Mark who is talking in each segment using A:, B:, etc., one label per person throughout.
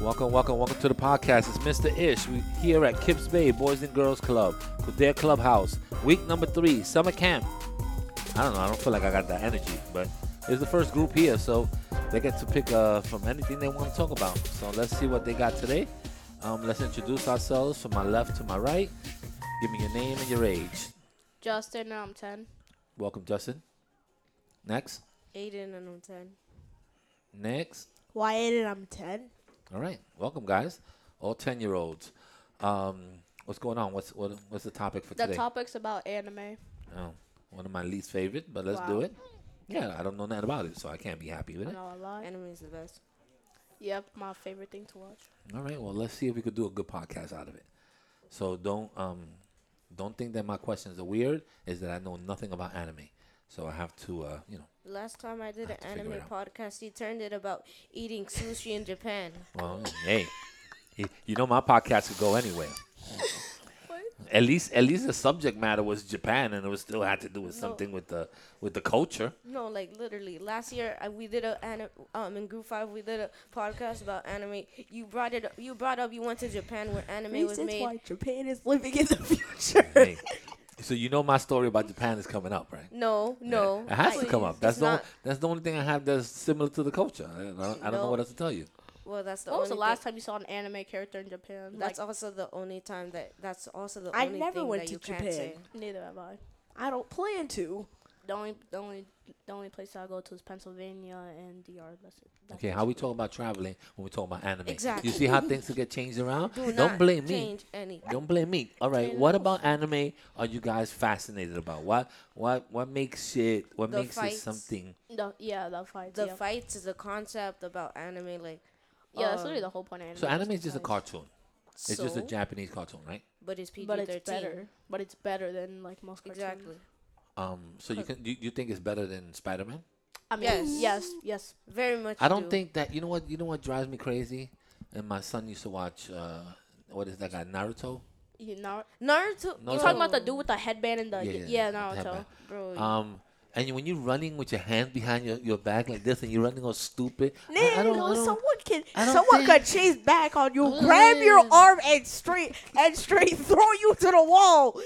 A: Welcome, welcome, welcome to the podcast. It's Mr. Ish we here at Kips Bay Boys and Girls Club with their clubhouse. Week number three, summer camp. I don't know. I don't feel like I got that energy, but it's the first group here, so they get to pick uh, from anything they want to talk about. So let's see what they got today. Um, let's introduce ourselves from my left to my right. Give me your name and your age.
B: Justin, and I'm 10.
A: Welcome, Justin. Next,
C: Aiden and I'm 10.
A: next.
B: Why Aiden, I'm 10?
A: All right, welcome, guys. All ten-year-olds. Um, what's going on? What's what, what's the topic for
B: The
A: today?
B: topic's about anime.
A: Oh, one of my least favorite, but let's do
B: Wow.
A: it. Yeah, I don't know nothing about it, so I can't be happy with
B: I
A: it.
B: know a lot.
C: Anime is the best.
B: Yep, my favorite thing to watch.
A: All right, well, let's see if we could do a good podcast out of it. So don't um, don't think that my questions are weird. Is that I know nothing about anime, so I have to uh, you know.
C: Last time I
A: I have
C: did an
A: to figure
C: anime
A: it
C: podcast, he turned it about eating sushi in Japan.
A: Well, hey, y- you know my podcast could go anywhere.
B: What?
A: At least, at least the subject matter was Japan, and it was still had to do with something with the with the culture.
C: No, like literally. Last year I, we did a anime um in Group Five we did a podcast about anime. You brought it. up- You brought up you went to Japan where anime was made.
B: Japan is living in the future.
A: Hey, so you know my story about Japan is coming up, right?
C: No, no.
A: it has
C: I-
A: to come up.
C: it's
A: That's the only,
C: not-
A: that's the only thing I have that's similar to the culture. I don't, I don't know
C: No.
A: what else to tell you.
C: Well, that's the
B: When was the
C: only
B: last
C: thing-
B: time you saw an anime character in Japan?
C: That's
B: like,
C: also the only time that. That's also the
D: I
C: only
D: never
C: thing
D: went
C: that
D: to
C: you
D: Japan.
C: can't say.
B: neither have I.
D: I don't plan to.
B: The only, the only, the only place I go to is Pennsylvania and DR. That's it. That's
A: Okay,
B: it.
A: how we talk about traveling when we talk about anime?
C: Exactly.
A: You see how things get changed around?
C: Do
A: not
C: not
A: blame me.
C: change any.
A: Don't blame me. All right,
B: Taylor
A: what about anime? Are you guys fascinated about what what what makes it what
C: The
A: makes it
C: fights.
A: something?
B: The, yeah, the fights.
C: The
B: yeah.
C: fights is a concept about anime, like
B: yeah, that's
C: um,
B: literally the whole point of anime.
A: So anime is
B: the
A: just a
B: fights.
A: cartoon. It's just a
C: so,
A: Japanese cartoon, right?
C: but it's PG
B: But
C: thirteen.
B: it's better. But it's better than like most cartoons.
C: Exactly.
A: Um, so you can you, you think it's better than Spider Man?
B: I mean,
C: Yes.
B: yes, yes,
C: Very much.
A: I don't
C: do.
A: think that you know what you know what drives me crazy. And my son used to watch uh, what is that guy Naruto?
B: You know,
C: Naruto.
A: No,
B: you
C: yo,
B: talking about the dude with the headband
C: Uh,
B: and the yeah,
A: the
B: Naruto.
A: headband.
C: bro?
A: Um, and you- when you're running with your hands behind your, your back like this, and you're running all stupid. I-
D: Nah,
A: I, don't,
D: no,
A: I don't-
D: someone can
A: I don't
D: someone
A: think-
D: could chase back on you, grab your arm and straight and straight throw you to the wall.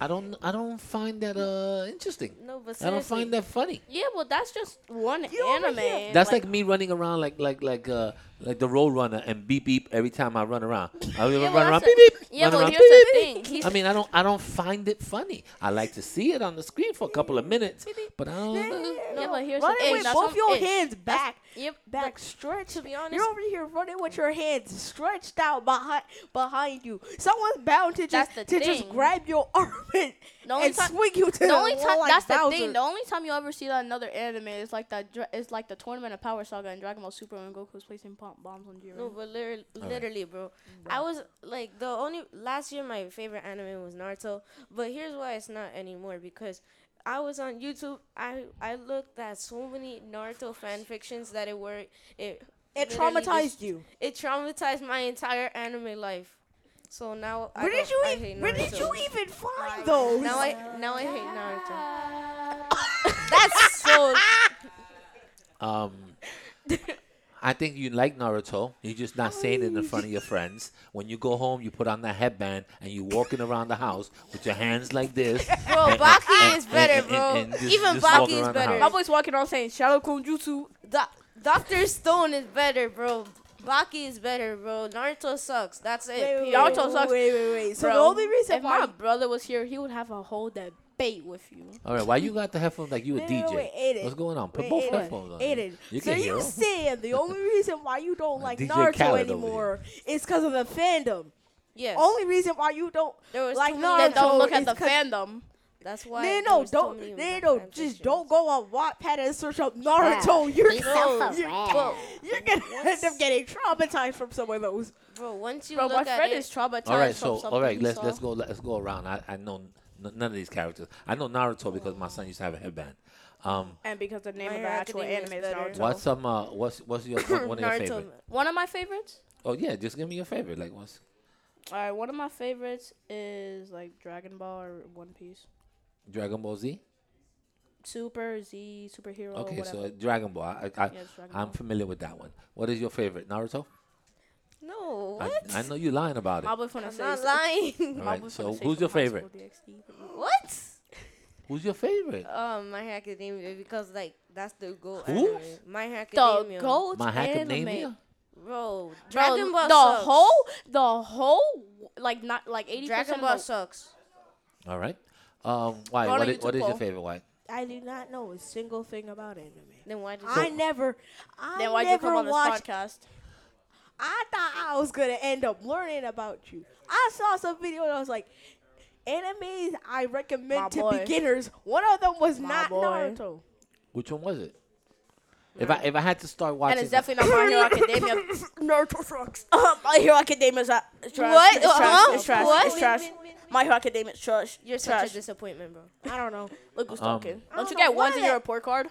A: I don't, I don't find that uh interesting.
C: no, but
A: I don't find
C: seriously,
A: that funny.
B: Yeah, well, that's just one
D: You over
B: anime.
D: here.
A: That's like, me running around like like like uh like the road runner and beep beep every time I run around. I
B: yeah,
A: run
B: well,
A: around
B: that's
A: beep
B: a-
A: beep.
B: Yeah,
A: run
B: well,
A: around,
B: here's the
A: beep,
B: thing.
A: beep.
B: He's,
A: I mean, I don't I don't find it funny. I like to see it on the screen for a couple of minutes, but I don't.
B: Mm-hmm. yeah, but here's the
D: running
B: thing.
D: with
B: that's
D: both
B: some
D: your
B: ish.
D: hands back,
B: Yep.
D: back stretched.
C: to be honest,
D: You're over here running with your hands stretched out behind behind you. Someone's bound to just
B: That's the
D: to just
B: thing.
D: grab your arm and,
B: The only
D: and
B: time-
D: swing you to the,
B: The only
D: wall
B: time
D: like
B: that's the
D: Bowser.
B: thing. The only time you ever see that in another anime is like that. dra- It's like the tournament of Power Saga and Dragon Ball Super when Goku's placing pom- bombs on Jiren.
C: no, but literally,
A: right.
C: literally, bro. I was like the only last year my favorite anime was Naruto, but here's why it's not anymore because. I was on YouTube. I I looked at so many Naruto fan fictions that it were it
D: it
C: literally just-
D: traumatized you.
C: it traumatized my entire anime life. So now I
D: Where did
C: don't-
D: you
C: I hate
D: even Where did
C: Naruto.
D: you even find those?
C: Now I now I hate Naruto. That's so
A: Um, I think you like Naruto. You're just not saying it in front of your friends. When you go home, you put on that headband and you're walking around the house with your hands like this.
C: bro.
A: and-
C: Baki
A: and-
C: is better,
A: and-
C: bro.
A: and- and just-
C: Even
A: just walk
C: Baki is
A: around the
C: better.
A: house.
B: boy's walking around saying Shadow Kunjutsu.
C: Doctor Stone is better, bro. Baki is better, bro. Naruto sucks. That's it.
D: Wait, wait,
C: period.
B: Y'all
D: wait,
B: told us-
D: wait, wait, wait. So
B: Bro,
D: the only reason
B: if my
D: why
B: brother was here, he would have a whole debate with you.
A: All right, why you got the headphones like you a
D: Wait, wait,
A: DJ?
D: wait, Aiden.
A: What's going on? Put
D: Wait,
A: both
D: Aiden,
A: headphones on.
D: Aiden,
A: You
D: so
A: can hear
D: you
A: 'em.
D: saying the only reason why you don't like
A: DJ
D: Naruto
A: Khaled over
D: anymore is because of the fandom.
C: Yes.
D: Only reason why you don't
C: there was
D: like
C: too
D: Naruto
C: many.
B: Then don't Oh, look at
D: is
B: the
D: 'cause-
B: fandom.
C: That's why.
D: no,
C: there
D: no,
C: was too
D: don't,
C: many
D: no,
C: bad
D: no,
C: fan
D: just
C: fictions.
D: don't go on Wattpad and search up Naruto. you're,
E: He's
D: gonna,
E: so
D: you're,
E: bad.
D: you're gonna end up getting traumatized from some of those.
C: Bro, once you
B: Bro,
C: look
B: my
C: at
B: friend
C: it,
B: is traumatized.
A: All right,
B: from
A: so
B: something
A: all right,
B: he
A: let's
B: saw.
A: let's go let's go around. I, I know n- none of these characters. I know Naruto because my son used to have a headband. Um,
B: And because the name
C: My
B: of the actual
C: Academia is
B: anime is
C: better.
B: Naruto.
A: what's some uh, what's what's your one one of your
C: Naruto.
A: favorite?
B: One of my favorites.
A: Oh yeah, just give me your favorite. Like what's
B: All right, one of my favorites is like Dragon Ball or One Piece,
A: Dragon Ball Z?
B: Super Z, superhero.
A: Okay,
B: Oh, whatever.
A: so Dragon Ball. I, I,
B: it's Dragon
A: I'm
B: Ball.
A: familiar with that one. What is your favorite? Naruto?
C: No,
A: I,
C: what?
A: I know you're lying about it.
B: My boy finna
C: I'm
B: say
C: not
B: so-
A: All
C: lying.
B: my
A: right,
B: boy finna
A: so who's
B: say some
A: your
B: high school
A: favorite?
B: DxD.
C: what?
A: Who's your favorite?
C: Um, My Hero Academia because like that's the goat.
A: Who?
C: anime. My Hero
B: The
C: Academia.
B: goat
A: My
B: anime.
A: Hackmania?
C: Bro,
B: Bro,
C: Dragon Ball.
B: the
C: sucks.
B: whole, the whole, like not like eighty
C: Dragon
B: percent.
C: Ball sucks.
A: All right. Um, White,
B: Go on
A: what
B: a
A: is, what
B: YouTube
A: is your
B: poll.
A: favorite, White?
D: I do not know a single thing about anime.
C: Then why did
D: I
C: you?
D: never, I
B: Then why'd you
D: never
B: come on this
D: watched.
B: podcast?
D: I thought I was gonna end up learning about you. I saw some video and I was like, animes I recommend
B: My
D: to
B: boy.
D: beginners. One of them was
B: My
D: not
B: boy.
D: Naruto.
A: Which one was it? If I if I had to start watching,
B: And it's definitely not My Hero Academia.
D: Naruto sucks.
B: My Hero Academia is not- it's trash.
C: What?
B: It's trash.
C: Uh-huh.
B: It's trash.
C: What?
B: It's trash. My Hero Academia is trash.
C: You're such
B: trash.
C: a disappointment, bro.
D: I don't know.
B: Look who's
A: Um,
B: talking.
D: I
B: Don't
D: don't
B: you
D: know
B: get ones in
D: why.
B: your report card?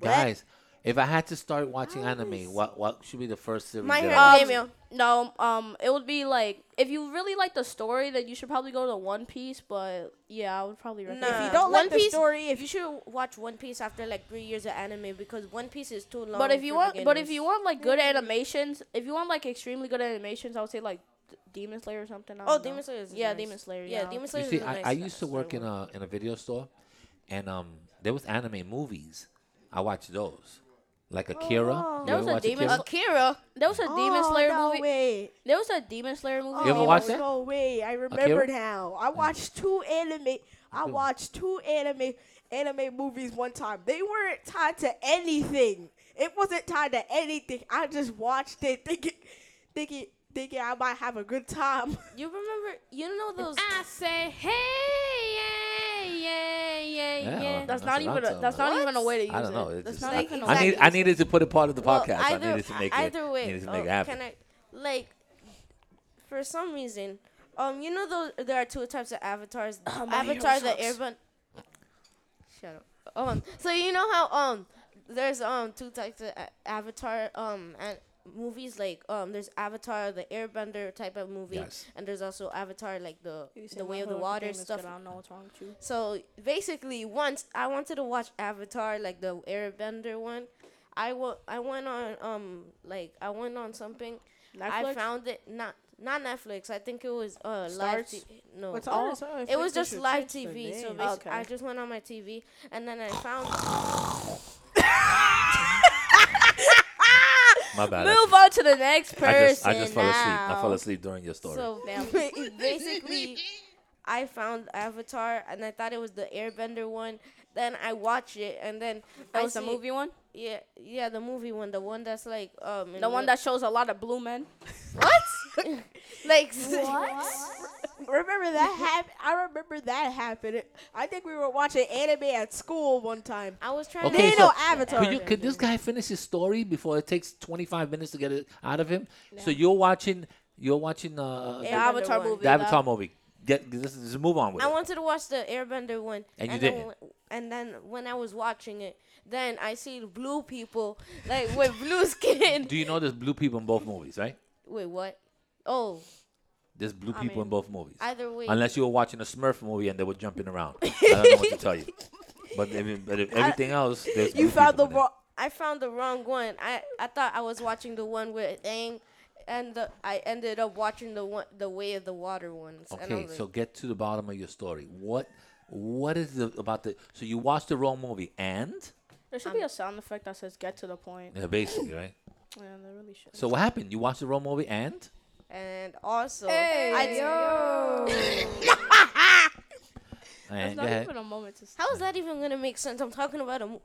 A: guys, if I had to start watching
D: Guys.
A: anime, what what should be the first series?
C: My
A: that
C: Hero
A: I watch?
B: Um,
C: Academia.
B: No, um, it would be like if you really like the story, then you should probably go to One Piece. But yeah, I would probably recommend.
D: If
C: Nah.
D: you
C: One
D: don't like the
C: Piece-
D: story, if
C: You should watch One Piece after like three years of anime because One Piece is too long.
B: But if you
C: for
B: want, but if
C: beginners.
B: you want like good animations, if you want like extremely good animations, I would say like D- Demon Slayer or something. I
C: oh,
B: don't know.
C: Demon Slayer. Is
B: Yeah,
C: nice.
B: Demon Slayer.
C: Yeah, Demon Slayer.
A: You
C: is
A: see,
C: a
A: I,
C: nice
A: I used to
C: story
A: work in
C: one.
A: a in a video store, and um, there was anime movies. I watched those, like Akira.
D: wow.
A: You
B: There
A: ever
B: Oh. was a
A: watch
B: Demon
A: Akira?
B: Akira. There was a Demon
D: oh,
B: Slayer
D: no
B: movie.
D: Way.
B: There was a Demon Slayer movie.
A: You ever
D: Oh,
A: watch that?
D: No way. I remember now. I watched two anime. I
A: Good.
D: watched two anime anime movies one time. They weren't tied to anything. It wasn't tied to anything. I just watched it thinking thinking thinking I might have a good time.
C: You remember? You know those?
A: Ah.
B: I say hey yeah yeah yeah
A: Yeah,
B: yeah. That's
A: that's
B: not
A: what
B: even
A: I'm
B: a,
A: talking
B: that's
A: about.
B: not even a way to use
A: I don't know.
B: it.
A: It's
B: That's
A: just,
B: not
A: I,
B: even a
A: I
B: way.
A: need I needed to put it part of the
C: Well,
A: podcast. I needed to make
C: either
A: it.
C: way,
A: needed to
C: oh,
A: make it happen.
C: can I? Like, for some reason, um, you know those there are two types of avatars.
B: Oh, my hero
C: Avatar the
B: sucks.
C: airbun. Shut up. Um, so you know how um, there's um two types of a- avatar um and movies like um there's Avatar the Airbender type of movie
A: Yes.
C: and there's also Avatar like the
B: You say
C: the
B: My
C: Way of the
B: Hero
C: Water
B: Academia is
C: stuff
B: good, I don't know what's wrong with you.
C: so basically, once I wanted to watch Avatar, like the Airbender one, I wa- I went on um like I went on something. I
B: Netflix?
C: found it not not Netflix. I think it was uh live.
B: Starz?
C: T- no,
D: What's
C: all-
D: all- sorry,
C: it was
D: Netflix
C: just
D: should
C: live
D: change their
C: TV. So
D: name.
C: basi-
B: Okay.
C: I just went on my TV and then I found.
A: My bad. I
B: Move on to the next person.
A: I just, I just fell asleep. I
B: now.
A: fell asleep during your story.
C: So
B: Damn.
C: basically, I found Avatar and I thought it was the Airbender one. Then I watched it and then
B: That
C: I
B: was the
C: see-
B: movie one.
C: Yeah, yeah, the movie one, the one that's like um in
B: The one
C: the-
B: that shows a lot of blue men.
C: what? like
D: remember that hap- I remember that happened. I think we were watching anime at school one time.
C: I was trying
A: Okay,
D: they
A: so
D: know Avatar.
A: could you could this guy finish his story before it takes 25 minutes to get it out of him? So you're watching you're watching uh,
B: The
C: Airbender
B: Avatar
C: one.
B: movie.
A: the Avatar movie. Get this is move on with
C: I
A: it.
C: wanted to watch the Airbender one,
A: And you
C: then
A: didn't.
C: when- and then when I was watching it, then I see blue people like with blue skin.
A: Do you know there's blue people in both movies, right?
C: Wait, what? Oh,
A: There's blue
B: I
A: people in
B: mean,
A: both movies.
C: either way,
A: Unless you were watching a Smurf movie and they were jumping around. I don't know what to tell you. But, I mean, but if everything else, there's
D: You
A: blue
D: found
A: people
D: the
A: in there.
D: wrong
C: I found the wrong one. I I thought I was watching the one with Aang, and the, I ended up watching the one, the Way of the Water one. and I
A: Okay,
C: was
A: so
C: like,
A: get to the bottom of your story. What what is the, about the so you watched the wrong movie and
B: There should be
C: Um,
B: a sound effect that says "Get to the point."
A: yeah, basically, right?
B: Yeah, there really should.
A: So what happened? You watched the wrong movie and
C: and also I
B: Hey,
C: d-
A: and
B: Not
A: go ahead.
B: even a moment to.
C: How is that even gonna make sense? I'm talking about a. Mo-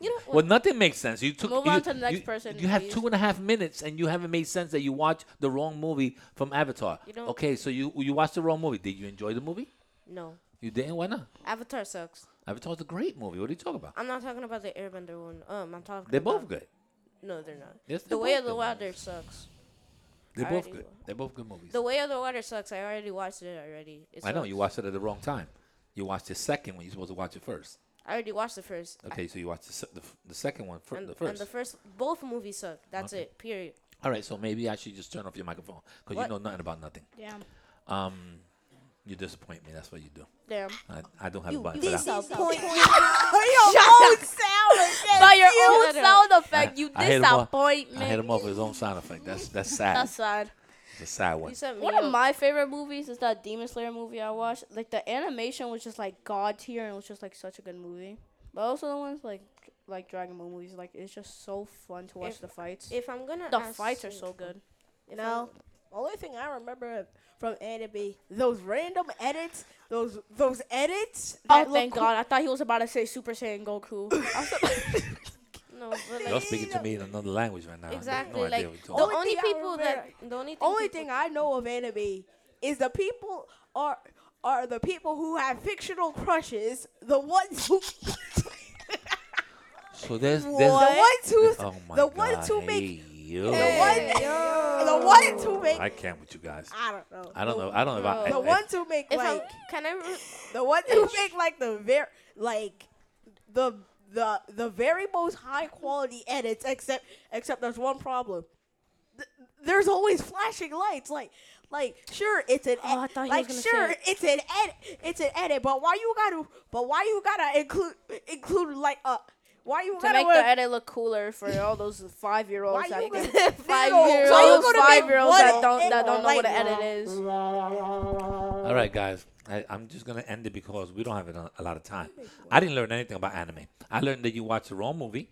C: you know what?
A: Well, nothing makes sense. You took.
B: Move
A: you,
B: on to the next
A: you-
B: person,
A: You have
B: please.
A: two and a half minutes, and you haven't made sense that you watched the wrong movie from Avatar.
C: You don't-
A: okay, so you you watched the wrong movie. Did you enjoy the movie?
C: No,
A: You didn't. Why not?
C: Avatar sucks.
A: Avatar's a great movie. What are you talking about?
C: I'm not talking about the Airbender one. Um, I'm talking.
A: They're both
C: about-
A: good.
C: No, they're not.
A: Yes,
C: the
A: they're
C: Way
A: both
C: of the
A: good
C: Water sucks.
A: They're
C: I
A: both
C: already
A: good.
C: wa-
A: They're both good movies.
C: The Way of the Water sucks. I already watched it already. It
A: I know
C: sucks.
A: you watched it at the wrong time. You watched it second when you're supposed to watch it first.
C: I already watched the first. I-
A: Okay, so you watched the se- the, f- the second one fir-
C: and,
A: the first.
C: and the first, both movies suck. That's it. Period.
A: All right, so maybe I should just turn off your microphone because you
C: What?
A: know nothing about nothing.
B: Damn.
A: Um, you disappoint me. That's what you do.
B: Damn.
A: I, I don't have a button for that.
D: your own sound.
B: By your
C: you.
B: own sound effect, you
A: I hit him off-
B: disappoint
A: I hit
B: me.
A: him off with his own sound effect. That's that's sad.
B: That's sad.
A: It's a sad one.
C: You sent me.
B: One
C: up.
B: of my favorite movies is that Demon Slayer movie I watched. Like the animation was just like god tier, and it was just like such a good movie. But also the ones like like Dragon Ball movies, like it's just so fun to watch
C: If-
B: the fights.
C: if I'm gonna.
B: the
C: ask
B: fights are
C: you-
B: so good.
C: if
D: Now, only thing I remember from anime, those random edits, those those edits.
B: Oh
D: that look
B: thank
D: cool.
B: God! I thought he was about to say Super Saiyan Goku. I was like-
C: I'm- No, but
A: Y'all
C: like.
A: speaking to me in another language right now. I have
C: Exactly.
A: No idea
C: like
A: what you're
C: the
A: talking about.
D: Only
C: only
D: thing I
C: people that
D: remember-
C: the only thing
D: Only
C: people-
D: thing I know of anime is the people are are the people who have fictional crushes, the ones who
A: So there's, there's
D: the ones who
A: oh my
D: the
A: God.
D: ones who make
A: hey, yo.
D: the
C: Hey,
D: ones
C: yo.
D: the ones who make
A: I can't with you guys.
D: I don't know
A: I don't know. I don't know
B: Bro.
A: if I.
D: the
A: I,
D: ones who make
C: If
D: like
C: I'm, can I? Re-
D: the ones who make like the very like the the the very most high quality edits except except there's one problem Th- there's always flashing lights like like sure it's an
B: Oh, I
D: ed-
B: thought he was
D: like
B: gonna
D: sure
B: say it.
D: it's an edit it's an edit but why you gotta but why you gotta include include like uh why you
B: to
D: gotta
B: make
D: wear-
B: the edit look cooler for all those five year
D: why
B: olds
D: you
B: that
D: gonna-
B: five
D: Why you
B: year
D: gonna
B: olds
D: make
B: five year olds
D: one
B: that don't that
D: edit
B: don't know what an
D: like-
B: edit is.
A: all right, guys. I, I'm just gonna end it because we don't have a, a lot of time. I didn't learn anything about anime. I learned that you watch the wrong movie.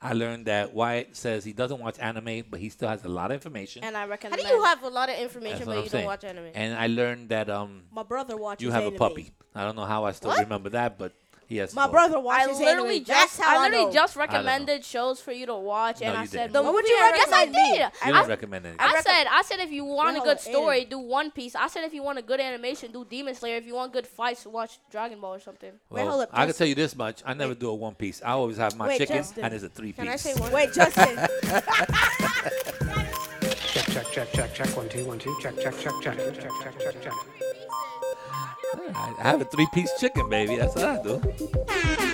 A: I learned that Wyatt says he doesn't watch anime, but he still has a lot of information.
B: And I
C: how
B: recommend.
C: do you have a lot of
A: That's what
C: information but
A: I'm
C: you
A: saying.
C: don't watch anime?
A: And I learned that um,
D: my brother watches
A: you have a
D: anime.
A: puppy. I don't know how I still
D: What?
A: remember that, but he has.
D: my
A: both.
D: brother
B: I
D: watches
B: literally
D: anime. That's
B: just
D: how
B: I literally
D: know.
B: just
A: don't know.
B: recommended shows for you to watch, and
A: No,
B: I
A: you
B: said,
A: didn't. The
B: "What
D: movie
B: would you
D: I
B: Yes, I
D: recommended.
B: did.
A: You
B: I
A: didn't recommend anything.
B: I
D: rec-
B: said, I said if you want
D: Wait,
B: a
D: hold
B: good
D: on,
B: story,
D: Aiden.
B: do One Piece. I said if you want a good animation, do Demon Slayer. If you want good fights, watch Dragon Ball or something.
D: Wait,
A: Well,
D: hold up,
A: I can
D: Justin.
A: tell you this much: I never do a one piece. I always have my
D: Wait,
A: chicken,
D: Justin.
A: and it's a three piece.
C: Can I say one?
D: wait Justin
E: Check, check, check, check, check. One, two, one, two. Check, check, check, check, check, check, check, check, check.
A: I I have a three piece chicken, baby. That's what I do.